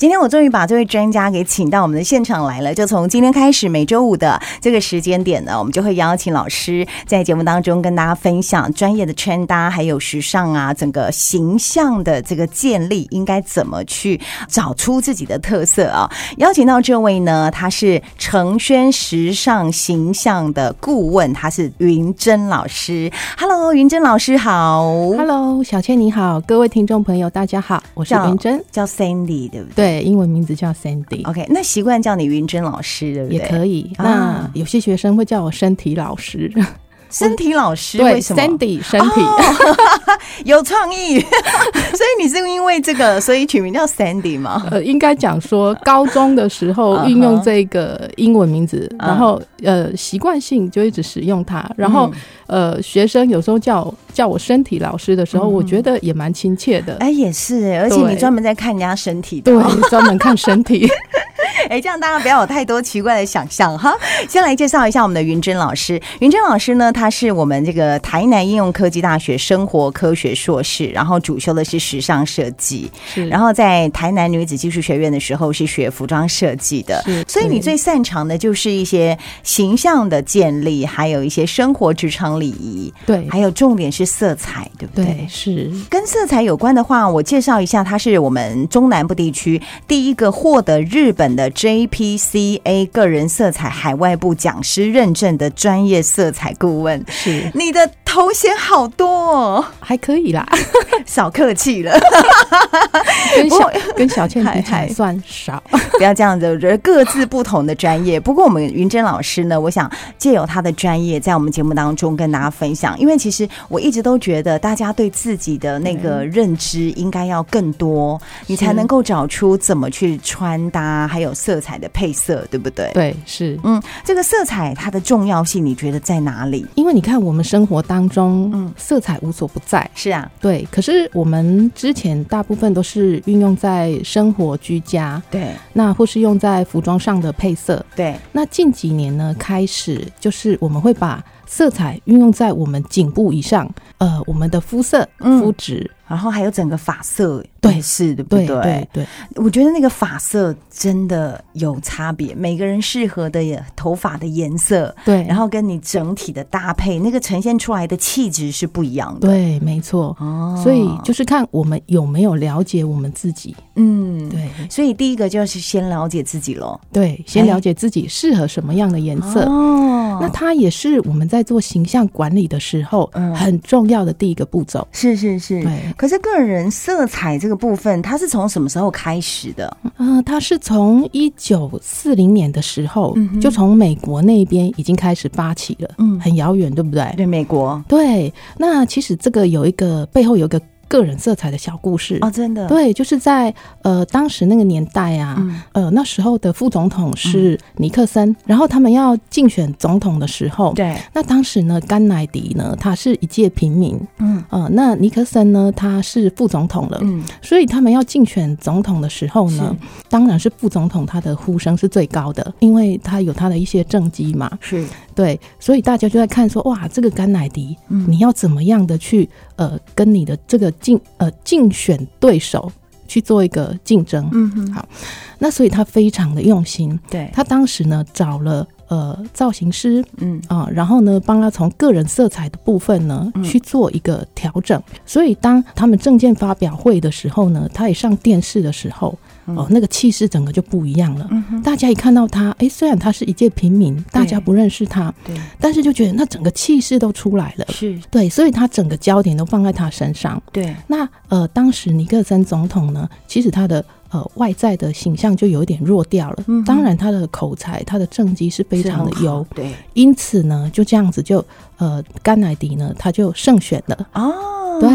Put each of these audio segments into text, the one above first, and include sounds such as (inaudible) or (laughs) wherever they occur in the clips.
今天我终于把这位专家给请到我们的现场来了。就从今天开始，每周五的这个时间点呢，我们就会邀请老师在节目当中跟大家分享专业的穿搭，还有时尚啊，整个形象的这个建立应该怎么去找出自己的特色啊。邀请到这位呢，他是成轩时尚形象的顾问，他是云珍老师。Hello，云珍老师好。 Hello，小倩你好，各位听众朋友大家好，我是嗯叫云珍，叫 Sandy 对不对？对，英文名字叫 Sandy，、 OK，那习惯叫你云珍老师，哦对不对？也可以。啊那有些学生会叫我身体 (laughs) 老师，身体老师对为什么哦，Sandy 身体， (laughs) 有创意？ (laughs) 所以你是因为这个，所以取名叫 Sandy 吗？ (laughs) 呃，应该讲 (laughs) 说高中的时嗯候哼运用这个英文名字，嗯然后呃习惯性就一直使用它，然后、嗯呃学生有时候叫我叫我身体老师的时候，我觉得也蛮亲切的。 (laughs) 哎，也是，而且对你专门在看人家身体的对哦，专门看身体。 (laughs) 哎，这样大家不要有太多奇怪的想象哈。先来介绍一下我们的云珍老师。云珍老师呢，他是我们这个台南应用科技大学生活科学硕士，然后主修的是时尚设计，是然后在台南女子技术学院的时候是学服装设计的。 (laughs) 是所以你最擅长的就是一些形象的建立，还有一些生活职场礼仪，对还有重点是色彩，对不对？对是跟色彩有关的话，我介绍一下，它是我们中南部地区第一个获得日本的 JPCA 个人色彩海外部讲师认证的专业色彩顾问。是你的头衔好多、哦，还可以啦，少客气了，跟不小 (laughs) 过跟小倩比起嗨嗨来算少。不要这样子，人各自不同的专业。不过我们云珍老师呢，我想借由他的专业，在我们节目当中跟大家分享，因为其实我一直都觉得，大家对自己的那个认知应该要更多，你才能够找出怎么去穿搭，还有色彩的配色，对不对？ (laughs) 对，是嗯，这个色彩它的重要性，你觉得在哪里？因为你看我们生活当中，嗯色彩无所不在。是啊，对，可是我们之前大部分都是运用在生活居家，对那或是用在服装上的配色。对，那近几年呢，开始就是我们会把色彩运用在我们颈部以上，呃，我们的肤色、嗯肤质。然后还有整个发色，对也是对不对对对，我觉得那个发色真的有差别，每个人适合的也头发的颜色，对，然后跟你整体的搭配，那个呈现出来的气质是不一样的。对，没错。哦所以就是看我们有没有了解我们自己。嗯，对所以第一个就是先了解自己喽，对，先哎了解自己适合什么样的颜色。哦那它也是我们在做形象管理的时候嗯很重要的第一个步骤。是是是。对，可是个人色彩这个部分，它是从什么时候开始的？呃，它是从一九四零年的时候嗯哼，就从美国那边已经开始发起了，嗯很遥远，对不对？对，美国对，那其实这个有一个呃背后有一个个人色彩的小故事。哦，真的，对，就是在呃当时那个年代啊，嗯呃那时候的副总统是尼克森，然后他们要竞选总统的时候，对，那当时呢甘乃迪呢他是一介平民，嗯呃，那尼克森呢，他是副总统了，嗯，哦所以他们要竞选总统的时候呢，当然是副总统他的呼声是最高的，因为他有他的一些政绩嘛，是，对，所以大家就在看说，哇，这个甘乃迪，嗯你要怎么样的去呃跟你的这个竞呃竞选对手去做一个竞争，嗯哼，那所以他非常的用心，对，他当时呢找了呃造型师，嗯啊，然后呢，帮他从个人色彩的部分呢嗯去做一个调整。所以当他们证件发表会的时候呢，他也上电视的时候，嗯哦、那个气势整个就不一样了。嗯哼，大家一看到他，哎，虽然他是一介平民，大家不认识他，对，但是就觉得那整个气势都出来了。是，对，所以他整个焦点都放在他身上。对，那呃，当时尼克森总统呢，其实他的呃外在的形象就有一点弱掉了。嗯哼当然，他的口才、他的政绩是非常的是很好优，对，因此呢，就这样子就呃，甘乃迪呢，他就胜选了。哦，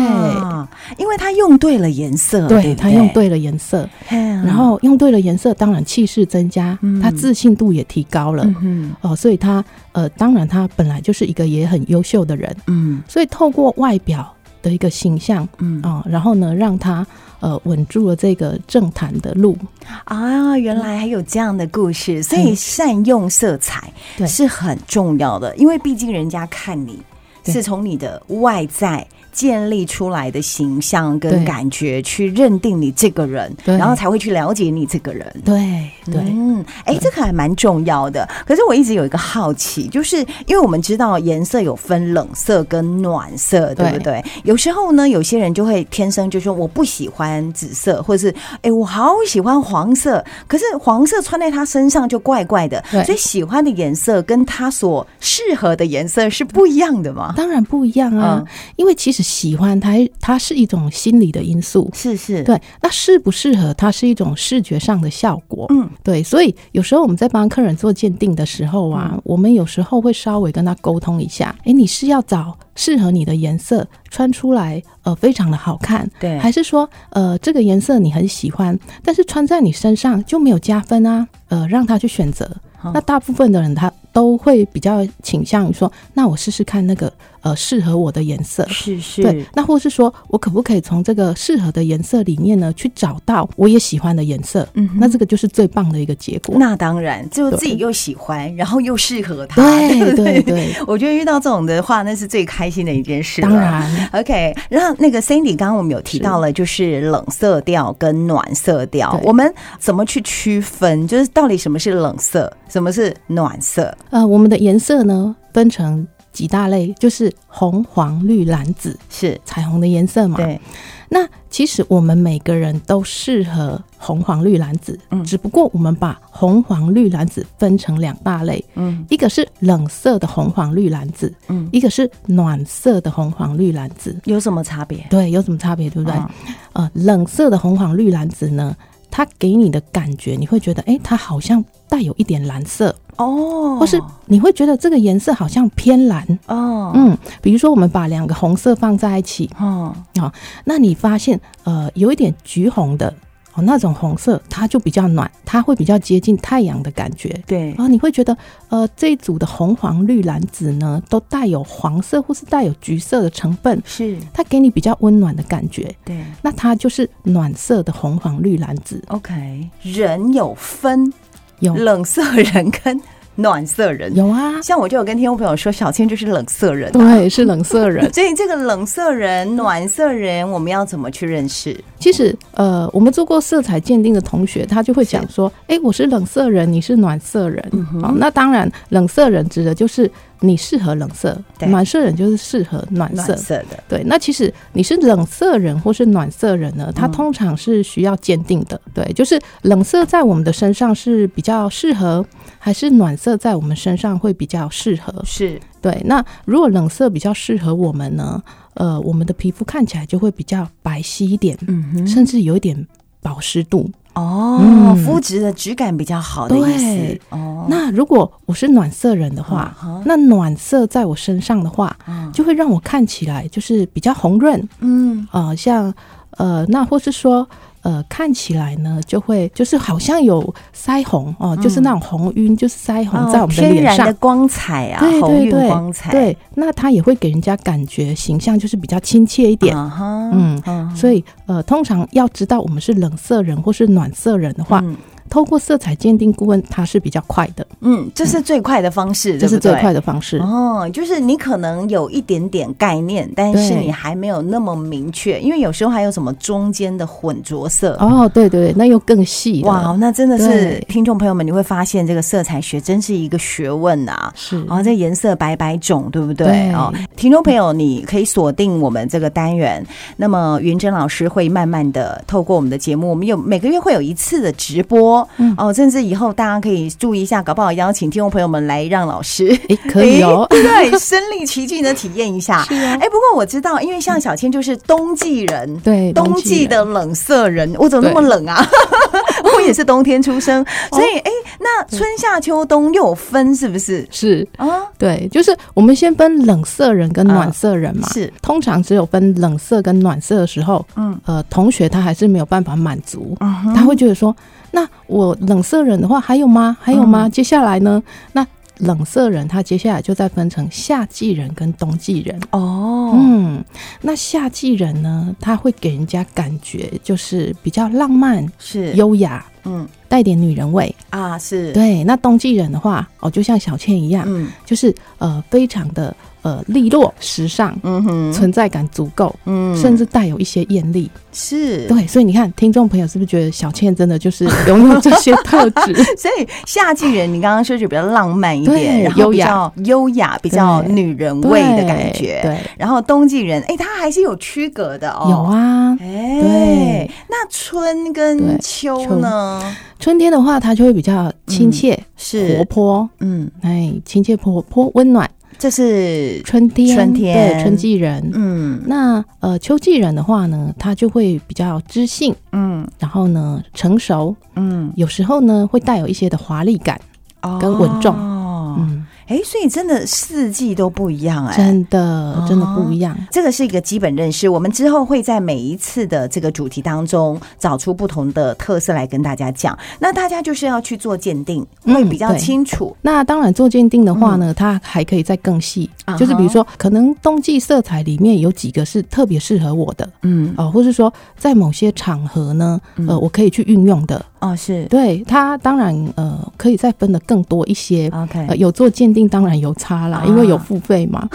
对，因为他用对了颜色，对不他用，对了颜色，嘿啊然后用对了颜色，当然气势增加，嗯他自信度也提高了。嗯哼哦，所以他呃，当然他本来就是一个也很优秀的人，嗯所以透过外表的一个形象嗯啊、然后呢，让他呃稳住了这个政坛的路。啊，原来还有这样的故事，所以嗯善用色彩对是很重要的，因为毕竟人家看你对是从你的外在。建立出来的形象跟对感觉去认定你这个人，对然后才会去了解你这个人。对对，嗯，哎、这个还蛮重要的。可是我一直有一个好奇，就是因为我们知道颜色有分冷色跟暖色，对不对？对有时候呢，有些人就会天生就说我不喜欢紫色，或者是哎、我好喜欢黄色，可是黄色穿在他身上就怪怪的，对所以喜欢的颜色跟他所适合的颜色是不一样的嘛？当然不一样啊，嗯因为其实喜欢它，它是一种心理的因素。是是，，对，那适不适合它是一种视觉上的效果。嗯，对，所以有时候我们在帮客人做鉴定的时候啊，嗯我们有时候会稍微跟他沟通一下，诶，你是要找适合你的颜色，穿出来呃非常的好看，对还是说呃这个颜色你很喜欢，但是穿在你身上就没有加分啊？呃，让他去选择。哦那大部分的人他都会比较倾向于说，那我试试看那个呃适合我的颜色，是对是，，那或是说我可不可以从这个适合的颜色里面呢，去找到我也喜欢的颜色？嗯哼那这个就是最棒的一个结果。那当然，就对自己又喜欢，然后又适合他，(laughs) 对不对对，我觉得遇到这种的话，那是最开心的一件事了。当然， OK，然后那个 Cindy，刚刚我们有提到了，就是冷色调跟暖色调，对我们怎么去区分？就是到底什么是冷色，什么是暖色？呃，我们的颜色呢分成几大类，就是红、黄、绿、蓝、紫，是彩虹的颜色嘛。对，那其实我们每个人都适合红、黄、绿、蓝、紫，嗯只不过我们把红、黄、绿、蓝、紫分成两大类，嗯一个是冷色的红、黄、绿、蓝、紫，嗯，一个是暖色的红、黄、绿、蓝、紫。有什么差别？对，有什么差别，对不对？嗯呃，冷色的红、黄、绿、蓝、紫呢，它给你的感觉，你会觉得，哎，它好像带有一点蓝色，哦，或是你会觉得这个颜色好像偏蓝。哦，嗯嗯，比如说我们把两个红色放在一起，哦，那你发现，呃，有一点橘红的哦，那种红色它就比较暖，它会比较接近太阳的感觉。对然，后你会觉得，呃，这一组的红、黄、绿、蓝、紫呢，都带有黄色或是带有橘色的成分，是，它给你比较温暖的感觉。对。那它就是暖色的红、黄、绿、蓝、紫， OK，人有分有冷色人跟暖色人，有啊，像我就有跟听众朋友说，小倩就是冷色人，。对，是冷色人所以呃这个冷色人、暖色人，我们要怎么去认识？ (laughs) 其实，呃，我们做过色彩鉴定的同学，他就会讲说，诶，我是冷色人，你是暖色人。嗯哼好，那当然，冷色人指的就是你适合冷色，对暖色人就是适合暖色。暖色的，对，那其实你是冷色人或是暖色人呢，它嗯通常是需要鉴定的。对，就是冷色在我们的身上是比较适合，还是暖色在我们身上会比较适合？是对，那如果冷色比较适合我们呢，呃，我们的皮肤看起来就会比较白皙一点，嗯哼，甚至有一点保湿度。哦，嗯肤质的质感比较好的意思对，哦，那如果我是暖色人的话，啊那暖色在我身上的话，哈就会让我看起来就是比较红润，嗯，呃，像呃，那或是说。呃，看起来呢，就会就是好像有腮红哦、嗯就是那种红晕，就是腮红在我们的天脸然上，哦的光彩啊，对红对晕对光彩，对，那它也会给人家感觉形象就是比较亲切一点。啊哈，嗯嗯所以，呃，通常要知道我们是冷色人或是暖色人的话，嗯透过色彩鉴定顾问，他是比较快的，嗯，这是最快的方式，嗯这是最快的。的方式。哦，就是你可能有一点点概念，但是对你还没有那么明确，因为有时候还有什么中间的混浊色哦，对对对，那又更细了哇，，那真的是对听众朋友们，你会发现这个色彩学真是一个学问呐、啊。是然后这颜色百百种，对不对？嗯对哦，听众朋友，你可以锁定我们这个单元。那么云珍老师会慢慢的透过我们的节目，我们有每个月会有一次的直播、嗯哦，甚至以后大家可以注意一下，搞不好邀请听众朋友们来让老师，诶，可以哦 (laughs) 诶对，身临其境的体验一下。是啊哎，，不过我知道，因为像小千就是冬季人，对，冬人季的冷色人，我怎么那么冷 (laughs) 啊？ (laughs) 我也是冬天出哦生，所以哎、那春夏秋冬又有分是不是？是啊，对，就是我们先分冷色人跟暖色人嘛。是通常只有分冷色跟暖色的时候，嗯，呃，同学他还是没有办法满足，嗯哼他会觉得说，那我冷色人的话还有吗？还有嗯吗？接下来呢？那冷色人他接下来就再分成夏季人跟冬季人。哦，嗯，那夏季人呢，他会给人家感觉就是比较浪漫、是优雅，嗯带点女人味。啊是，对，那冬季人的话，哦，就像小倩一样，嗯就是呃，非常的呃利落、时尚，嗯哼，存在感足够，嗯，甚至带有一些艳丽。是，对，所以你看，听众朋友是不是觉得小倩真的就是拥有这些特质？所以夏季人，你刚刚说就比较浪漫一点，对然后比优雅较优雅，比较对女人对味的感觉。对，然后冬季人，哎，它还是有区隔的哦。有。啊。哎对，那春跟对秋呢？春天的话，它就会比较亲切、活是，泼，嗯，哎，亲切活泼、温暖。这是，春天，春天对，春季人。嗯那呃，秋季人的话呢，他就会比较知性，嗯然后呢成熟，嗯，有时候呢会带有一些的华丽感。跟稳重哦，嗯，哎，所以真的四季都不一样哎。真的真的不一样。这个是一个基本认识，我们之后会在每一次的这个主题当中找出不同的特色来跟大家讲。那大家就是要去做鉴定，嗯会比较对清楚。那当然做鉴定的话呢，它还可以再更细嗯啊哈，就是比如说，可能冬季色彩里面有几个是特别适合我的嗯，哦、或是说在某些场合呢，呃，嗯我可以去运用的。哦，是对它，当然呃，可以再分的更多一些。 OK 呃，有做鉴定当然有差啦，因为啊有付费嘛。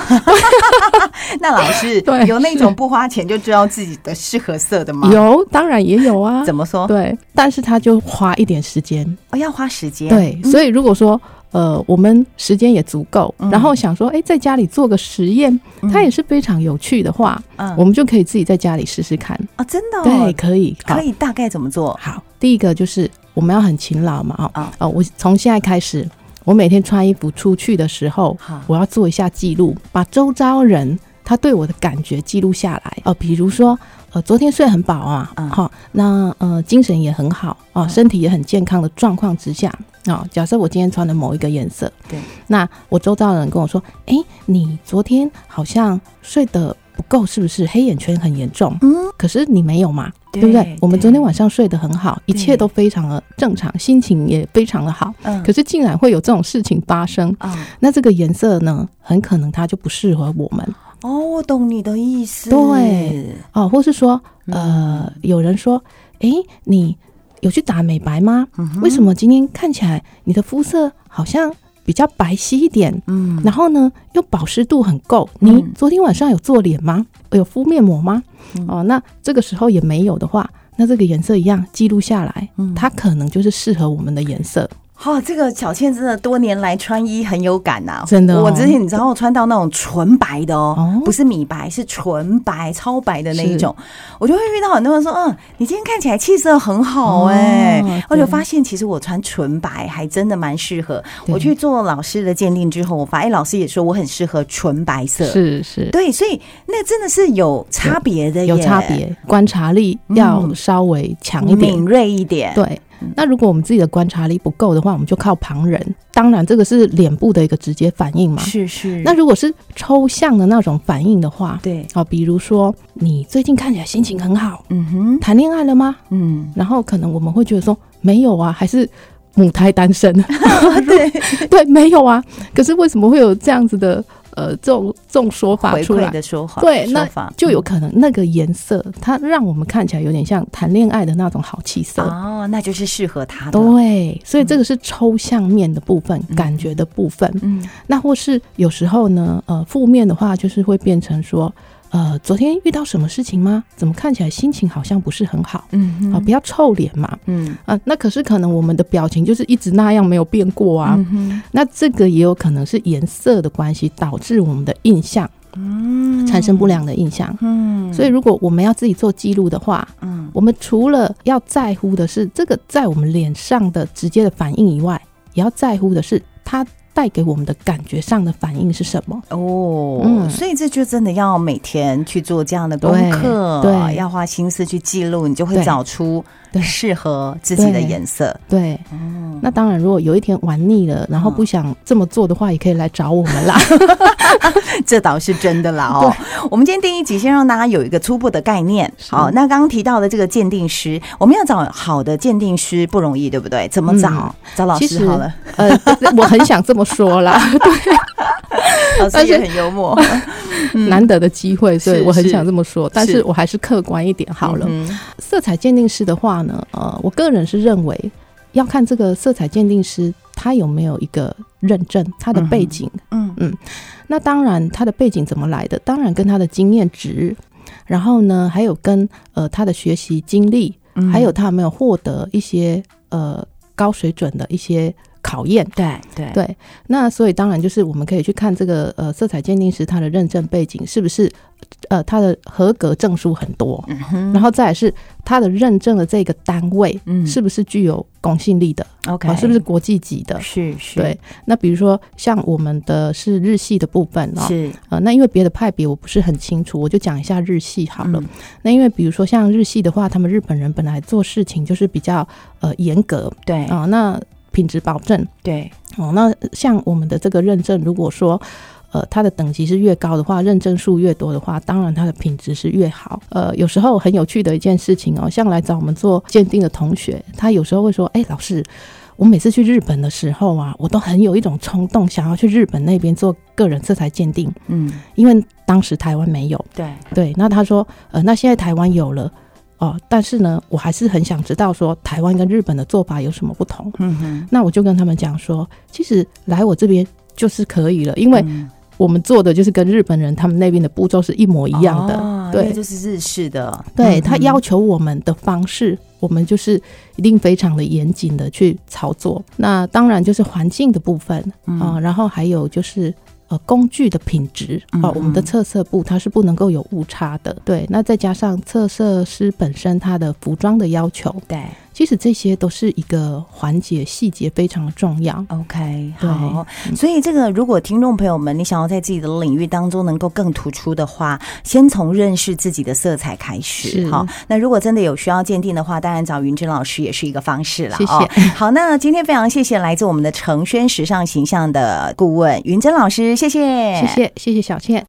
那老师对有那是种不花钱就知道自己的适合色的吗？，有，当然也有啊。啊怎么说？对，但是它就花一点时间。哦，要花时间。对，嗯所以如果说呃，我们时间也足够，嗯然后想说，哎、在家里做个实验，它也嗯是非常有趣的话，嗯我们就可以自己在家里试试看。哦，真的对，哦，可以，好可以大概怎么做？好，第一个就是我们要很勤劳嘛，哦，啊啊、我从现在开始，我每天穿衣服出去的时候好，我要做一下记录，把周遭人他对我的感觉记录下来。哦、比如说，呃，昨天睡很饱啊，嗯好、那呃，精神也很好啊、嗯身体也很健康的状况之下。哦，假设我今天穿的某一个颜色，对，那我周遭的人跟我说，哎、你昨天好像睡得不够，是不是黑眼圈很严重？嗯，可是你没有嘛，对不对？我们昨天晚上睡得很好，一切都非常的正常，心情也非常的好。嗯，可是竟然会有这种事情发生，啊，那这个颜色呢，很可能它就不适合我们哦，我懂你的意思。对，哦，或是说，呃嗯，有人说，诶，你有去打美白吗？嗯哼为什么今天看起来你的肤色好像比较白皙一点？嗯，然后呢，又保湿度很够。嗯你昨天晚上有做脸吗？有敷面膜吗嗯？哦，那这个时候也没有的话，那这个颜色一样记录下来，嗯它可能就是适合我们的颜色。哦，这个小倩真的多年来穿衣很有感呐、真的哦我之前你知道我穿到那种纯白的哦，哦不是米白，是纯白、超白的那一种，我就会遇到很多人说，嗯，你今天看起来气色很好哎、哦对我就发现其实我穿纯白还真的蛮适合。对我去做老师的鉴定之后，我发现哎老师也说我很适合纯白色，是是，对，所以那真的是有差别的耶，有差，别，观察力要嗯稍微强一点。敏锐一点，对，那如果我们自己的观察力不够的话，我们就靠旁人。当然，这个是脸部的一个直接反应嘛。是是，那如果是抽象的那种反应的话，对，哦，比如说你最近看起来心情很好，嗯哼，谈恋爱了吗？嗯，然后可能我们会觉得说没有啊，还是母胎 (laughs) 单身，对。对，没有啊。可是为什么会有这样子的呃这种这种说法回出馈来？的说法，对说那法就有嗯可能那个颜色，它让我们看起来有点像谈恋爱的那种好气色。哦，那就是适合他的，对，所以这个是抽象面的部分，感觉的部分。嗯那或是有时候呢，呃，负面的话就是会变成说，呃，昨天遇到什么事情吗？怎么看起来心情好像不是很好？嗯啊、哼不要臭脸嘛，嗯啊，那可是可能我们的表情就是一直那样没有变过啊。嗯哼那这个也有可能是颜色的关系导致我们的印象嗯产生不良的印象。嗯，所以，如果我们要自己做记录的话，嗯我们除了要在乎的是这个在我们脸上的直接的反应以外，也要在乎的是它带给我们的感觉上的反应是什么。哦，嗯所以这就真的要每天去做这样的功对课，对要花心思去记录，你就会对找出对适合自己的颜色。对，哦，那当然，如果有一天玩腻了，然后嗯不想这么做的话，也可以来找我们啦。 (laughs) 这倒是真的啦哦。我们今天第一集先让大家有一个初步的概念。是好，那刚刚提到的这个鉴定师，我们要找好的鉴定师不容易，对不对？ (laughs) 怎么找？找老嗯其师实好了，呃，我很想这么 (laughs) 说啦，老师但也是很幽 (laughs) 默。嗯难得的机会，所以是我很是想这么说，但是我还是客观一点好了。嗯色彩鉴定师的话呢，呃，我个人是认为要看这个色彩鉴定师他有没有一个认证，他的背景。嗯嗯那当然，他的背景怎么来的？当然跟他的经验值，然后呢，还有跟呃他的学习经历，嗯还有他有没有获得一些呃高水准的一些考验。对对对，那所以当然就是我们可以去看这个呃色彩鉴定师他的认证背景是不是呃他的合格证书很多，嗯哼，然后再来是他的认证的这个单位嗯是不是具有公信力的， OK，啊是不是国际级的？是是对，那比如说像我们的是日系的部分哦，是嗯呃，那因为别的派别我不是很清楚，我就讲一下日系好了。嗯那因为比如说像日系的话，他们日本人本来做事情就是比较呃严格对啊、那品质保证对哦，那像我们的这个认证，如果说呃它的等级是越高的话，认证数越多的话，当然它的品质是越好。呃，有时候很有趣的一件事情哦，像来找我们做鉴定的同学，他有时候会说：“哎，老师。”我每次去日本的时候啊，我都很有一种冲动，想要去日本那边做个人色彩鉴定，嗯因为当时台湾没有。对对，那他说，呃，那现在台湾有了哦，但是呢，我还是很想知道说台湾跟日本的做法有什么不同。嗯哼，那我就跟他们讲说，其实来我这边就是可以了，因为嗯我们做的就是跟日本人他们那边的步骤是一模一样的。哦对因为就是日式的，嗯对他哼要求我们的方式，我们就是一定非常的严谨的去操作。那当然就是环境的部分嗯啊、然后还有就是。呃，工具的品质啊、嗯我们的嗯测色布它是不能够有误差的。对，那再加上测色师本身他的服装的要求，对其实这些都是一个环节细节非常的重要。 OK，对嗯好，所以这个如果听众朋友们，你想要在自己的领域当中能够更突出的话，先从认识自己的色彩开始。是好，那如果真的有需要鉴定的话，当然找云珍老师也是一个方式了。谢谢哦。好，那今天非常谢谢来自我们的成轩时尚形象的顾问云珍老师，谢谢，谢谢，谢谢小倩。